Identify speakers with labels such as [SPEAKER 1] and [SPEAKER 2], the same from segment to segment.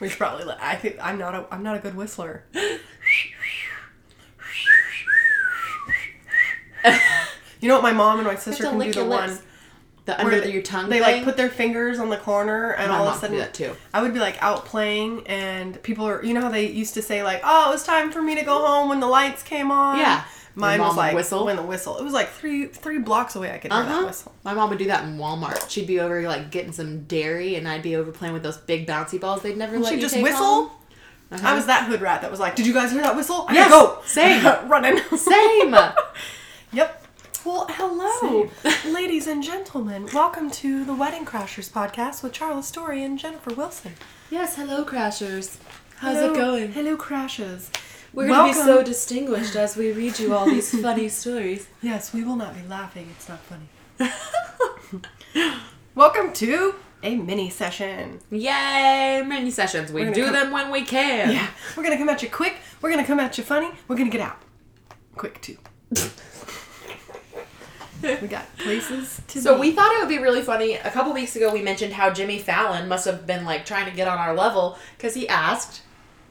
[SPEAKER 1] We should probably. Let, I think I'm not a. I'm not a good whistler. you know what? My mom and my sister
[SPEAKER 2] to
[SPEAKER 1] can do
[SPEAKER 2] lick
[SPEAKER 1] the
[SPEAKER 2] your
[SPEAKER 1] one.
[SPEAKER 2] lips. The
[SPEAKER 1] where
[SPEAKER 2] under your tongue.
[SPEAKER 1] They
[SPEAKER 2] thing?
[SPEAKER 1] like put their fingers on the corner, and
[SPEAKER 2] My
[SPEAKER 1] all of
[SPEAKER 2] mom
[SPEAKER 1] a
[SPEAKER 2] can
[SPEAKER 1] sudden
[SPEAKER 2] do that too.
[SPEAKER 1] I would be like out playing, and people are. You know how they used to say like, "Oh, it was time for me to go home when the lights came on."
[SPEAKER 2] Yeah.
[SPEAKER 1] Mine
[SPEAKER 2] Your
[SPEAKER 1] was
[SPEAKER 2] mom would
[SPEAKER 1] like
[SPEAKER 2] whistle?
[SPEAKER 1] when the whistle. It was like three three blocks away. I could hear that
[SPEAKER 2] Uh-huh.
[SPEAKER 1] whistle.
[SPEAKER 2] My mom would do that in Walmart. She'd be over like getting some dairy, and I'd be over playing with those big bouncy balls. They'd never let
[SPEAKER 1] She'd
[SPEAKER 2] you
[SPEAKER 1] just
[SPEAKER 2] take
[SPEAKER 1] whistle.
[SPEAKER 2] home. Uh-huh.
[SPEAKER 1] I was that hood rat that was like, "Did you guys hear that whistle? I
[SPEAKER 2] Yes,
[SPEAKER 1] gotta go."
[SPEAKER 2] same.
[SPEAKER 1] running.
[SPEAKER 2] Same.
[SPEAKER 1] Yep. Well, hello, ladies and gentlemen. Welcome to the Wedding Crashers podcast with Charles Story and Jennifer Wilson.
[SPEAKER 2] yes. Hello, Crashers. How's
[SPEAKER 1] Hello-
[SPEAKER 2] it going?
[SPEAKER 1] Hello, Crashes.
[SPEAKER 2] We're gonna be so
[SPEAKER 1] Welcome.
[SPEAKER 2] distinguished as we read you all these funny stories.
[SPEAKER 1] Yes, we will not be laughing. It's not funny. Welcome to a mini session.
[SPEAKER 2] Yay! Mini sessions. We
[SPEAKER 1] gonna
[SPEAKER 2] do
[SPEAKER 1] come-
[SPEAKER 2] them when we can.
[SPEAKER 1] Yeah, we're gonna come at you quick. We're gonna come at you funny. We're gonna get out quick too. we got places to
[SPEAKER 2] So
[SPEAKER 1] be.
[SPEAKER 2] we thought it would be really funny. A couple weeks ago, we mentioned how Jimmy Fallon must have been like trying to get on our level because he asked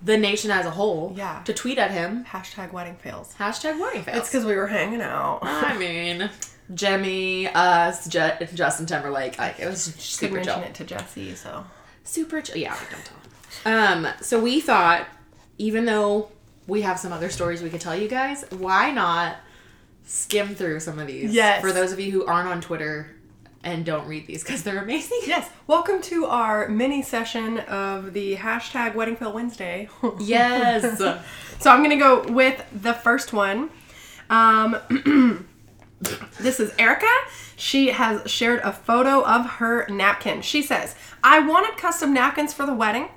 [SPEAKER 2] the nation as a whole
[SPEAKER 1] Yeah.
[SPEAKER 2] to tweet at him
[SPEAKER 1] hashtag wedding fails.
[SPEAKER 2] hashtag wedding fails.
[SPEAKER 1] It's because we were hanging out.
[SPEAKER 2] I mean, Jimmy, us, Ju- Justin Timberlake. Like it was super
[SPEAKER 1] Mention
[SPEAKER 2] chill.
[SPEAKER 1] it to Jesse. So
[SPEAKER 2] Super chill. Yeah, like, don't tell. him. Um. So we thought, even though we have some other stories we could tell you guys, why not skim through some of these?
[SPEAKER 1] Yes.
[SPEAKER 2] For those of you who aren't on Twitter and don't read these because they're amazing.
[SPEAKER 1] yes, welcome to our mini session of the hashtag wedding fail Wednesday.
[SPEAKER 2] Yes.
[SPEAKER 1] So I'm gonna go with the first one. Um, this is Erica. She has shared a photo of her napkin. She says, "I wanted custom napkins for the wedding.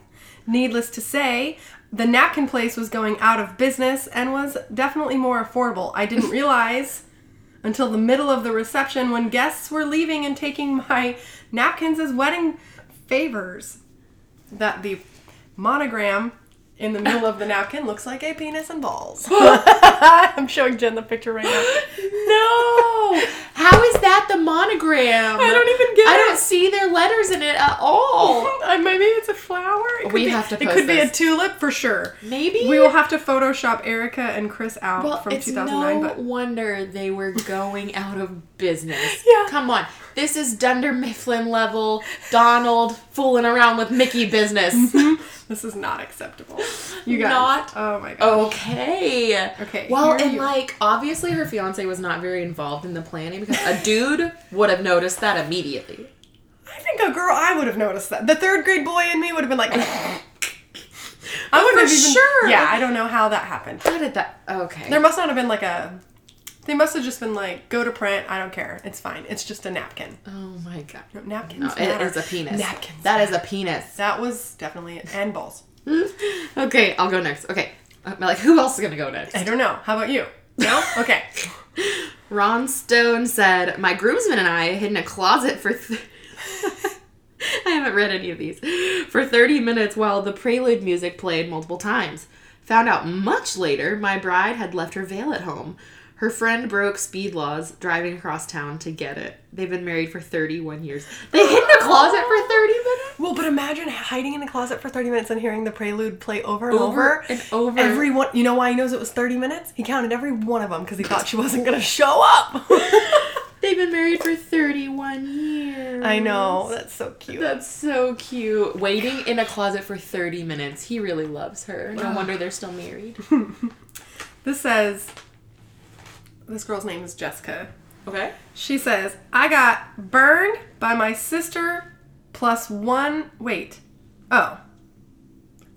[SPEAKER 1] Needless to say." The napkin place was going out of business and was definitely more affordable. I didn't realize until the middle of the reception when guests were leaving and taking my napkins as wedding favors that the monogram in the middle of the napkin looks like a penis and balls. I'm showing Jen the picture right now.
[SPEAKER 2] no. How is that the monogram?
[SPEAKER 1] I don't even get
[SPEAKER 2] I
[SPEAKER 1] it.
[SPEAKER 2] don't see their letters in it at all.
[SPEAKER 1] I- Maybe it's a flower. It could
[SPEAKER 2] We
[SPEAKER 1] be-
[SPEAKER 2] have to
[SPEAKER 1] It
[SPEAKER 2] post
[SPEAKER 1] could be a
[SPEAKER 2] this.
[SPEAKER 1] tulip for sure.
[SPEAKER 2] Maybe
[SPEAKER 1] We will have to Photoshop Erica and Chris out
[SPEAKER 2] Well,
[SPEAKER 1] from
[SPEAKER 2] it's
[SPEAKER 1] 2009.
[SPEAKER 2] no
[SPEAKER 1] But
[SPEAKER 2] wonder they were going out of business.
[SPEAKER 1] Yeah.
[SPEAKER 2] Come on. This is Dunder Mifflin level Donald fooling around with Mickey business.
[SPEAKER 1] this is not acceptable. You guys.
[SPEAKER 2] Not
[SPEAKER 1] oh my god.
[SPEAKER 2] okay.
[SPEAKER 1] Okay,
[SPEAKER 2] Well,
[SPEAKER 1] here
[SPEAKER 2] and
[SPEAKER 1] you-
[SPEAKER 2] like obviously her fiance was not very involved in the planning because a dude would have noticed that immediately.
[SPEAKER 1] I think a girl I would have noticed that. The third grade boy in me would have been like. I would have
[SPEAKER 2] for
[SPEAKER 1] even,
[SPEAKER 2] sure.
[SPEAKER 1] Yeah, I don't know how that happened.
[SPEAKER 2] How did that? Okay.
[SPEAKER 1] There must not have been like a. They must have just been like, go to print. I don't care. It's fine. It's just a napkin.
[SPEAKER 2] oh my god.
[SPEAKER 1] Napkins.
[SPEAKER 2] No, it
[SPEAKER 1] matter.
[SPEAKER 2] is a penis.
[SPEAKER 1] Napkins.
[SPEAKER 2] That is a penis.
[SPEAKER 1] That was definitely it. and balls.
[SPEAKER 2] Okay, I'll go next. Okay. I'm like, who else is gonna go next?
[SPEAKER 1] I don't know. How about you? No. Okay.
[SPEAKER 2] Ron Stone said, My groomsmen and I hid in a closet for. Th- I haven't read any of these. For 30 minutes while the prelude music played multiple times. Found out much later my bride had left her veil at home. Her friend broke speed laws driving across town to get it. They've been married for 31 years. They hid in a closet for 30 minutes?
[SPEAKER 1] well, but imagine hiding in a closet for thirty minutes and hearing the prelude play over and over,
[SPEAKER 2] Over and over.
[SPEAKER 1] Everyone. You know why he knows it was thirty minutes? He counted every one of them because he thought she wasn't gonna show up.
[SPEAKER 2] They've been married for 31 years.
[SPEAKER 1] I know. That's so cute.
[SPEAKER 2] That's so cute. Waiting in a closet for 30 minutes. He really loves her. No wonder they're still married.
[SPEAKER 1] This says. This girl's name is Jessica.
[SPEAKER 2] Okay.
[SPEAKER 1] She says, I got burned by my sister plus one. Wait. Oh.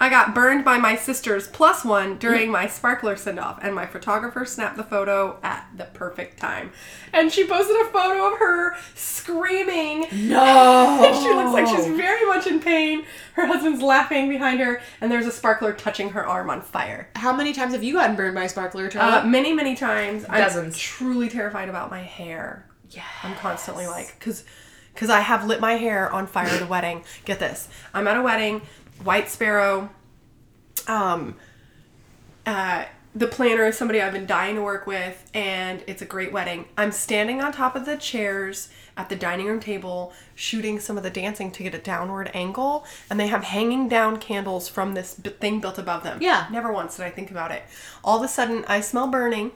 [SPEAKER 1] I got burned by my sister's plus one during my sparkler send off, and my photographer snapped the photo at the perfect time. And she posted a photo of her screaming.
[SPEAKER 2] No.
[SPEAKER 1] she looks like
[SPEAKER 2] Oh.
[SPEAKER 1] she's very much in pain. Her husband's laughing behind her, and there's a sparkler touching her arm on fire.
[SPEAKER 2] How many times have you gotten burned by a sparkler,
[SPEAKER 1] Uh,
[SPEAKER 2] Charlie?
[SPEAKER 1] many, many times. I'm
[SPEAKER 2] Dozens.
[SPEAKER 1] truly terrified about my hair.
[SPEAKER 2] yeah.
[SPEAKER 1] I'm constantly like, because because I have lit my hair on fire at a wedding. Get this, I'm at a wedding. White Sparrow um, uh, the planner is somebody I've been dying to work with, and it's a great wedding. I'm standing on top of the chairs at the dining room table, shooting some of the dancing to get a downward angle, and they have hanging down candles from this b- thing built above them.
[SPEAKER 2] Yeah.
[SPEAKER 1] Never once did I think about it. All of a sudden, I smell burning.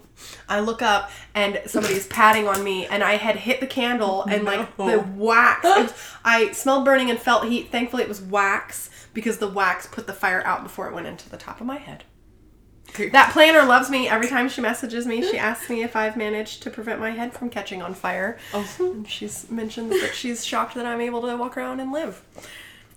[SPEAKER 1] I look up, and somebody's patting on me, and I had hit the candle, and like
[SPEAKER 2] No.
[SPEAKER 1] the wax. it was- I smelled burning and felt heat. Thankfully, it was wax because the wax put the fire out before it went into the top of my head. That planner loves me. Every time she messages me, she asks me if I've managed to prevent my head from catching on fire.
[SPEAKER 2] Oh.
[SPEAKER 1] And she's mentioned that she's shocked that I'm able to walk around and live.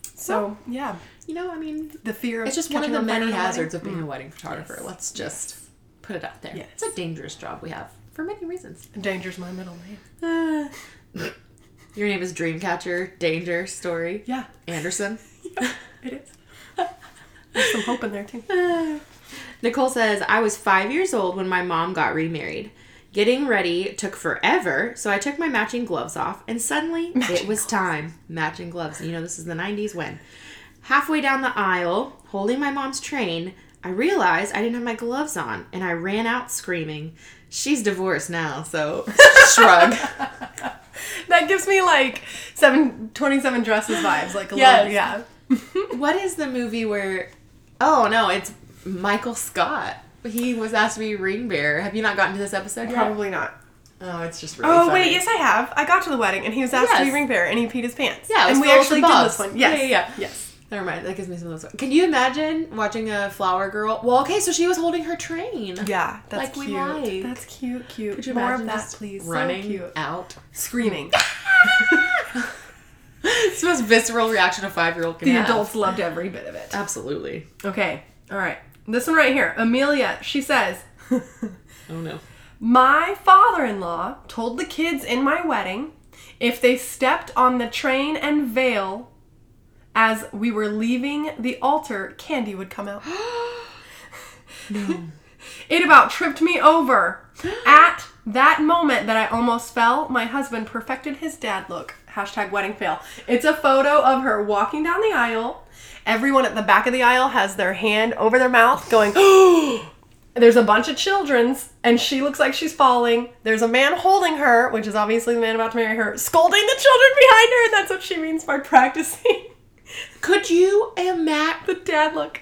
[SPEAKER 1] So, yeah,
[SPEAKER 2] You know, I mean,
[SPEAKER 1] the fear of
[SPEAKER 2] it's just one of
[SPEAKER 1] catching
[SPEAKER 2] the
[SPEAKER 1] on fire
[SPEAKER 2] many
[SPEAKER 1] in a wedding. Mm.
[SPEAKER 2] hazards of being a wedding photographer.
[SPEAKER 1] Yes.
[SPEAKER 2] Let's just put it out there.
[SPEAKER 1] Yes.
[SPEAKER 2] It's a dangerous job we have for many reasons.
[SPEAKER 1] Danger's my middle name.
[SPEAKER 2] Uh, your name is Dreamcatcher, Danger Story,
[SPEAKER 1] Yeah,
[SPEAKER 2] Anderson.
[SPEAKER 1] it is. There's some hope in there too.
[SPEAKER 2] Nicole says, I was five years old when my mom got remarried. Getting ready took forever, so I took my matching gloves off, and suddenly it was time. Matching gloves. You know, this is the 90s when. Halfway down the aisle, holding my mom's train, I realized I didn't have my gloves on, and I ran out screaming. She's divorced now, so shrug.
[SPEAKER 1] That gives me like seven, 27 dresses vibes. Like a
[SPEAKER 2] Yes.
[SPEAKER 1] little, yeah.
[SPEAKER 2] what is the movie where. Oh, no, it's Michael Scott. He was asked to be ring bearer. Have you not gotten to this episode yet?
[SPEAKER 1] Probably not.
[SPEAKER 2] Oh, it's just really
[SPEAKER 1] Oh
[SPEAKER 2] funny.
[SPEAKER 1] wait, yes I have. I got to the wedding and he was asked to be
[SPEAKER 2] Yes.
[SPEAKER 1] ring bearer and he peed his pants.
[SPEAKER 2] Yeah, it was
[SPEAKER 1] and we
[SPEAKER 2] Phyllis
[SPEAKER 1] actually
[SPEAKER 2] and
[SPEAKER 1] did
[SPEAKER 2] Bob's.
[SPEAKER 1] this one. Yes.
[SPEAKER 2] Yeah, yeah, yeah.
[SPEAKER 1] Yes.
[SPEAKER 2] Never mind. That gives me some of those. Can you imagine watching a flower girl? Well, okay, so she was holding her train.
[SPEAKER 1] Yeah, that's
[SPEAKER 2] Like we
[SPEAKER 1] cute.
[SPEAKER 2] like.
[SPEAKER 1] That's cute, cute.
[SPEAKER 2] Could you
[SPEAKER 1] More
[SPEAKER 2] imagine
[SPEAKER 1] of that,
[SPEAKER 2] just
[SPEAKER 1] please.
[SPEAKER 2] running
[SPEAKER 1] so cute.
[SPEAKER 2] out?
[SPEAKER 1] Screaming.
[SPEAKER 2] it's the most visceral reaction a five-year-old can
[SPEAKER 1] The
[SPEAKER 2] have.
[SPEAKER 1] adults loved every bit of it.
[SPEAKER 2] Absolutely.
[SPEAKER 1] Okay. All right. This one right here. Amelia, she says,
[SPEAKER 2] Oh no.
[SPEAKER 1] "My father-in-law told the kids in my wedding if they stepped on the train and veil as we were leaving the altar, candy would come out."
[SPEAKER 2] No.
[SPEAKER 1] It about tripped me over. At that moment that I almost fell, my husband perfected his dad look. Hashtag wedding fail. It's a photo of her walking down the aisle. Everyone at the back of the aisle has their hand over their mouth going, "Oh, There's a bunch of children's, and she looks like she's falling. There's a man holding her, which is obviously the man about to marry her, scolding the children behind her, and that's what she means by practicing
[SPEAKER 2] Could you ima-
[SPEAKER 1] the dad look.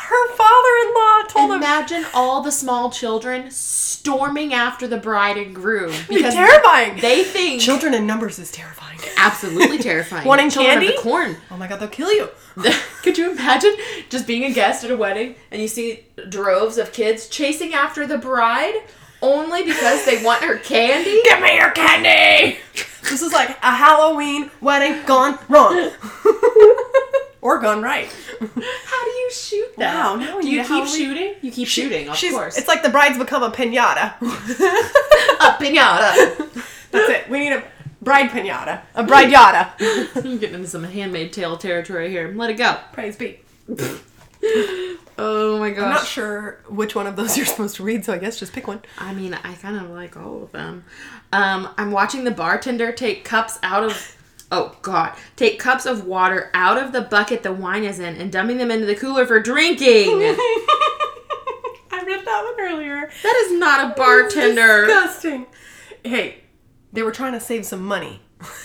[SPEAKER 1] Her father in law told him,
[SPEAKER 2] imagine all the small children storming after the bride and groom because
[SPEAKER 1] terrifying.
[SPEAKER 2] they think
[SPEAKER 1] Children in numbers is terrifying.
[SPEAKER 2] absolutely terrifying.
[SPEAKER 1] Wanting
[SPEAKER 2] children of
[SPEAKER 1] candy?
[SPEAKER 2] the corn.
[SPEAKER 1] Oh my god, they'll kill you.
[SPEAKER 2] Could you imagine just being a guest at a wedding and you see droves of kids chasing after the bride only because they want her candy?
[SPEAKER 1] Give me your candy! This is like a Halloween wedding gone wrong. or gone right.
[SPEAKER 2] How do you shoot that?
[SPEAKER 1] Wow, no,
[SPEAKER 2] do
[SPEAKER 1] you
[SPEAKER 2] you keep
[SPEAKER 1] Halloween-
[SPEAKER 2] shooting? You keep shooting, of
[SPEAKER 1] She's-
[SPEAKER 2] course.
[SPEAKER 1] It's like the bride's become a pinata.
[SPEAKER 2] a pinata.
[SPEAKER 1] That's it. We need a bride pinata. A bride yada.
[SPEAKER 2] I'm getting into some handmade tale territory here. Let it go.
[SPEAKER 1] Praise be.
[SPEAKER 2] Oh my
[SPEAKER 1] I'm not
[SPEAKER 2] gosh.
[SPEAKER 1] sure which one of those you're supposed to read, so I guess just pick one.
[SPEAKER 2] I mean, I kind of like all of them. Um, I'm watching the bartender take cups out of. Oh God! Take cups of water out of the bucket the wine is in and dumping them into the cooler for drinking.
[SPEAKER 1] I read that one earlier.
[SPEAKER 2] That is not a bartender.
[SPEAKER 1] Disgusting. Hey, they were trying to save some money.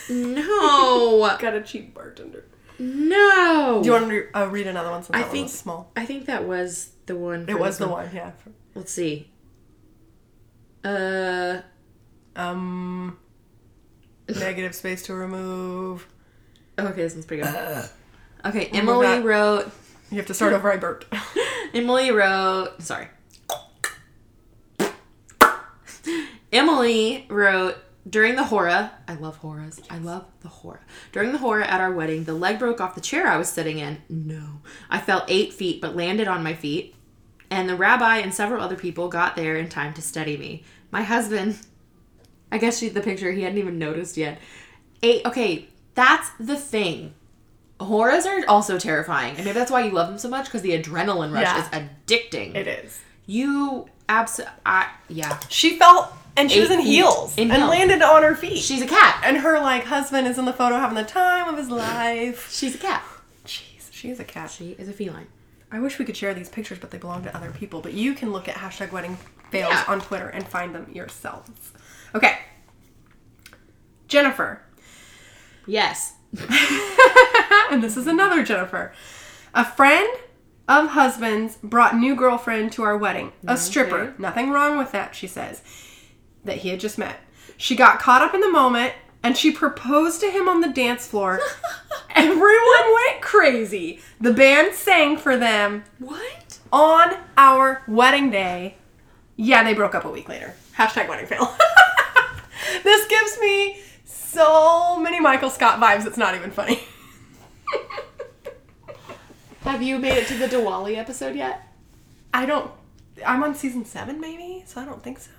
[SPEAKER 2] No,
[SPEAKER 1] Got a cheap bartender.
[SPEAKER 2] no.
[SPEAKER 1] Do you want to re- uh, read another one since
[SPEAKER 2] I
[SPEAKER 1] that
[SPEAKER 2] think-
[SPEAKER 1] one was small?
[SPEAKER 2] I think that was the one.
[SPEAKER 1] It was the one, yeah.
[SPEAKER 2] Let's see. Uh,
[SPEAKER 1] Um, negative space to remove.
[SPEAKER 2] oh, okay, this one's pretty good.
[SPEAKER 1] Uh,
[SPEAKER 2] Okay,
[SPEAKER 1] oh my
[SPEAKER 2] Emily
[SPEAKER 1] God.
[SPEAKER 2] wrote.
[SPEAKER 1] You have to start over. I burped.
[SPEAKER 2] Emily wrote. Sorry. Emily wrote during the hora. I love horas. I love the hora. During the hora at our wedding, the leg broke off the chair I was sitting in. No, I fell eight feet, but landed on my feet. And the rabbi and several other people got there in time to steady me. My husband, I guess she, the picture he hadn't even noticed yet. Eight. Okay, that's the thing. Horrors are also terrifying, and maybe that's why you love them so much because the adrenaline rush
[SPEAKER 1] Yeah.
[SPEAKER 2] is addicting.
[SPEAKER 1] it is.
[SPEAKER 2] You abs. I yeah.
[SPEAKER 1] She fell and she was
[SPEAKER 2] Eight
[SPEAKER 1] in
[SPEAKER 2] feet.
[SPEAKER 1] heels
[SPEAKER 2] In
[SPEAKER 1] and
[SPEAKER 2] heels.
[SPEAKER 1] landed on her feet.
[SPEAKER 2] She's a cat.
[SPEAKER 1] and her like husband is in the photo having the time of his life.
[SPEAKER 2] She's a cat.
[SPEAKER 1] Jeez, she's a cat.
[SPEAKER 2] She is a feline.
[SPEAKER 1] I wish we could share these pictures, but they belong to other people. But you can look at hashtag wedding fails
[SPEAKER 2] Yeah.
[SPEAKER 1] on Twitter and find them yourselves. Okay. Jennifer.
[SPEAKER 2] Yes.
[SPEAKER 1] and this is another Jennifer. A friend of husband's brought new girlfriend to our wedding. A stripper. Nothing wrong with that, she says. That he had just met. She got caught up in the moment and she proposed to him on the dance floor. Everyone went crazy. The band sang for them
[SPEAKER 2] What?
[SPEAKER 1] on our wedding day. Yeah, they broke up a week later. Hashtag wedding fail. this gives me so many Michael Scott vibes, it's not even funny.
[SPEAKER 2] Have you made it to the Diwali episode yet?
[SPEAKER 1] I don't. I'm on season seven, maybe, so I don't think so.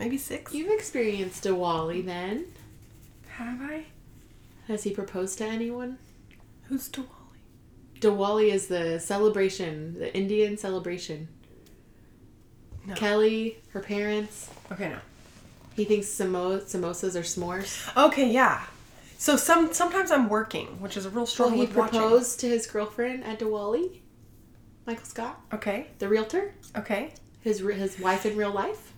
[SPEAKER 1] Maybe six.
[SPEAKER 2] You've experienced Diwali then.
[SPEAKER 1] Have I?
[SPEAKER 2] Has he proposed to anyone?
[SPEAKER 1] Who's Diwali?
[SPEAKER 2] Diwali is the celebration, the Indian celebration.
[SPEAKER 1] No.
[SPEAKER 2] Kelly, her parents,
[SPEAKER 1] Okay, no.
[SPEAKER 2] he thinks samo- samosas are s'mores.
[SPEAKER 1] Okay, yeah. So some sometimes I'm working, which is a real
[SPEAKER 2] Well,
[SPEAKER 1] struggle
[SPEAKER 2] he
[SPEAKER 1] with watching.
[SPEAKER 2] proposed to his girlfriend at Diwali. Michael Scott,
[SPEAKER 1] Okay,
[SPEAKER 2] the realtor,
[SPEAKER 1] okay.
[SPEAKER 2] his re- his wife in real life.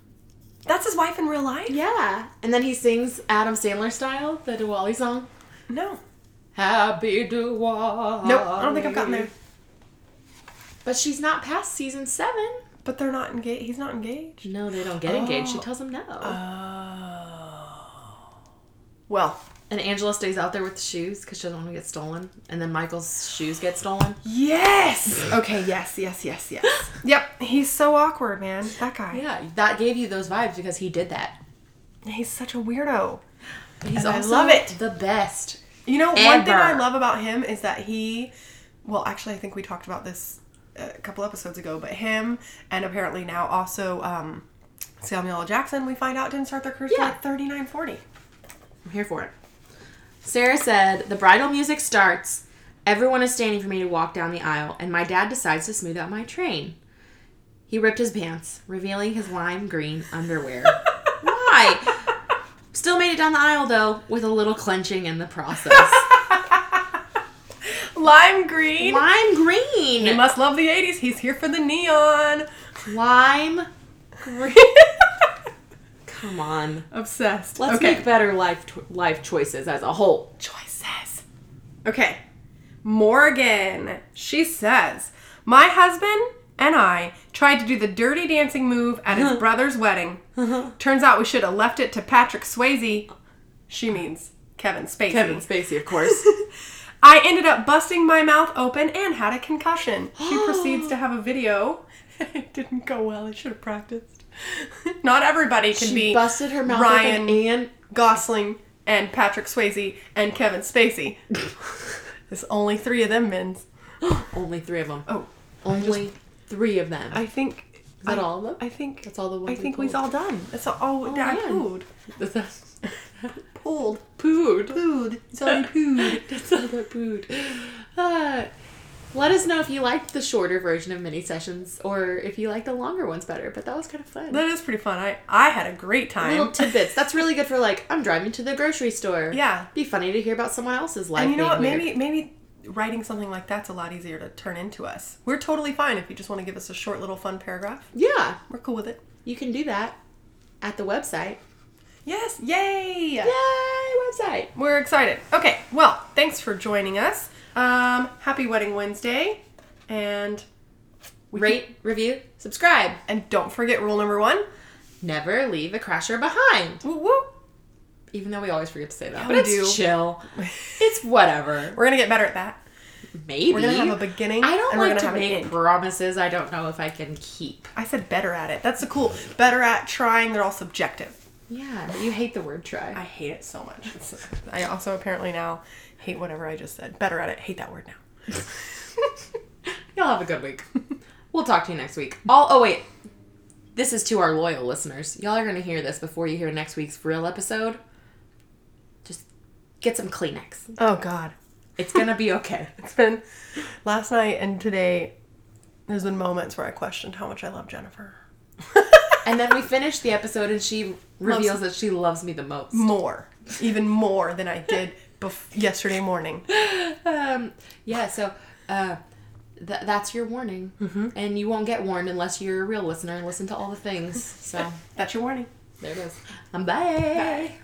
[SPEAKER 1] That's his wife in real life.
[SPEAKER 2] Yeah, and then he sings Adam Sandler style the Diwali song.
[SPEAKER 1] No.
[SPEAKER 2] Happy Diwali.
[SPEAKER 1] Nope. I don't think I've gotten there.
[SPEAKER 2] But she's not past season seven.
[SPEAKER 1] But they're not engaged. He's not engaged.
[SPEAKER 2] No, they don't get engaged. She
[SPEAKER 1] Oh.
[SPEAKER 2] tells him no.
[SPEAKER 1] Oh. Well.
[SPEAKER 2] and Angela stays out there with the shoes because she doesn't want to get stolen. And then Michael's shoes get stolen.
[SPEAKER 1] Yes. Okay. Yes. Yes. Yes. Yes. yep. He's so awkward, man. That guy.
[SPEAKER 2] Yeah, that gave you those vibes because he did that.
[SPEAKER 1] He's such a weirdo.
[SPEAKER 2] But he's
[SPEAKER 1] And I
[SPEAKER 2] also
[SPEAKER 1] love it.
[SPEAKER 2] the best.
[SPEAKER 1] You know, one thing I
[SPEAKER 2] Ever.
[SPEAKER 1] love about him is that he, well, actually, I think we talked about this a couple episodes ago, but him and apparently now also um, Samuel L. Jackson, we find out, didn't start their careers
[SPEAKER 2] Yeah.
[SPEAKER 1] till like 39, 40.
[SPEAKER 2] I'm here for it. Sarah said, The bridal music starts. Everyone is standing for me to walk down the aisle, and my dad decides to smooth out my train. He ripped his pants, revealing his lime green underwear. Why? Still made it down the aisle, though, with a little clenching in the process.
[SPEAKER 1] Lime Green.
[SPEAKER 2] lime green!
[SPEAKER 1] He must love the 80s. He's here for the neon.
[SPEAKER 2] Lime green. Come on.
[SPEAKER 1] Obsessed.
[SPEAKER 2] Let's
[SPEAKER 1] okay.
[SPEAKER 2] make better life cho- life choices as a whole.
[SPEAKER 1] choices. Okay. Morgan. She says, My husband and I tried to do the dirty dancing move at his brother's wedding. Turns out we should have left it to Patrick Swayze. She means Kevin Spacey.
[SPEAKER 2] Spacey, of course.
[SPEAKER 1] I ended up busting my mouth open and had a concussion. She proceeds to have a video. it didn't go well. I should have practiced. Not everybody can
[SPEAKER 2] she
[SPEAKER 1] be
[SPEAKER 2] busted her mouth
[SPEAKER 1] Ryan
[SPEAKER 2] open and
[SPEAKER 1] Gosling and Patrick Swayze and Kevin Spacey. There's only three of them men's.
[SPEAKER 2] only three of them.
[SPEAKER 1] Oh,
[SPEAKER 2] Only three of them.
[SPEAKER 1] I think.
[SPEAKER 2] Is that
[SPEAKER 1] I,
[SPEAKER 2] all of them?
[SPEAKER 1] I think.
[SPEAKER 2] That's all the
[SPEAKER 1] I
[SPEAKER 2] ones we
[SPEAKER 1] think we's
[SPEAKER 2] pulled.
[SPEAKER 1] all done. It's all. Oh, I
[SPEAKER 2] man.
[SPEAKER 1] pooed.
[SPEAKER 2] That's
[SPEAKER 1] Pulled.
[SPEAKER 2] pooed.
[SPEAKER 1] Pooed. It's already pooed.
[SPEAKER 2] That's all that pooed. Ah. let us know if you liked the shorter version of mini sessions or if you like the longer ones better. But that was kind of fun.
[SPEAKER 1] That is pretty fun. I I had a great time.
[SPEAKER 2] Little tidbits. That's really good for like I'm driving to the grocery store.
[SPEAKER 1] Yeah.
[SPEAKER 2] Be funny to hear about someone else's life.
[SPEAKER 1] and you know
[SPEAKER 2] being
[SPEAKER 1] what? Maybe
[SPEAKER 2] weird.
[SPEAKER 1] maybe writing something like that's a lot easier to turn into us. We're totally fine if you just want to give us a short little fun paragraph.
[SPEAKER 2] Yeah,
[SPEAKER 1] We're cool with it.
[SPEAKER 2] you can do that at the website.
[SPEAKER 1] Yes. Yay.
[SPEAKER 2] Yay, website.
[SPEAKER 1] We're excited. Okay, well, thanks for joining us. Um, happy Wedding Wednesday, and we
[SPEAKER 2] Rate, review, subscribe.
[SPEAKER 1] and don't forget rule number one.
[SPEAKER 2] Never leave a crasher behind.
[SPEAKER 1] Woo woo.
[SPEAKER 2] Even though we always forget to say that.
[SPEAKER 1] we
[SPEAKER 2] but it's
[SPEAKER 1] do.
[SPEAKER 2] chill. It's whatever.
[SPEAKER 1] We're gonna get better at that.
[SPEAKER 2] Maybe.
[SPEAKER 1] We're gonna have a beginning.
[SPEAKER 2] I don't
[SPEAKER 1] and we're gonna
[SPEAKER 2] like to
[SPEAKER 1] have an
[SPEAKER 2] make
[SPEAKER 1] end.
[SPEAKER 2] promises I don't know if I can keep.
[SPEAKER 1] I said better at it. That's the cool. Better at trying. They're all subjective.
[SPEAKER 2] Yeah, but you hate the word try.
[SPEAKER 1] I hate it so much. It's- I also apparently now hate whatever I just said. Better at it. Hate that word now.
[SPEAKER 2] Y'all have a good week. We'll talk to you next week. All oh wait. This is to our loyal listeners. Y'all are gonna hear this before you hear next week's real episode. Just get some Kleenex.
[SPEAKER 1] Oh God.
[SPEAKER 2] It's gonna be okay.
[SPEAKER 1] It's been last night and today. There's been moments where I questioned how much I love Jennifer.
[SPEAKER 2] And then we finish the episode and she reveals that she loves me the most.
[SPEAKER 1] more, even more than I did bef- yesterday morning.
[SPEAKER 2] Um yeah, so uh th- that's your warning. And you won't get warned unless you're a real listener and listen to all the things. So
[SPEAKER 1] That's your warning.
[SPEAKER 2] there it is. I'm back.
[SPEAKER 1] Bye.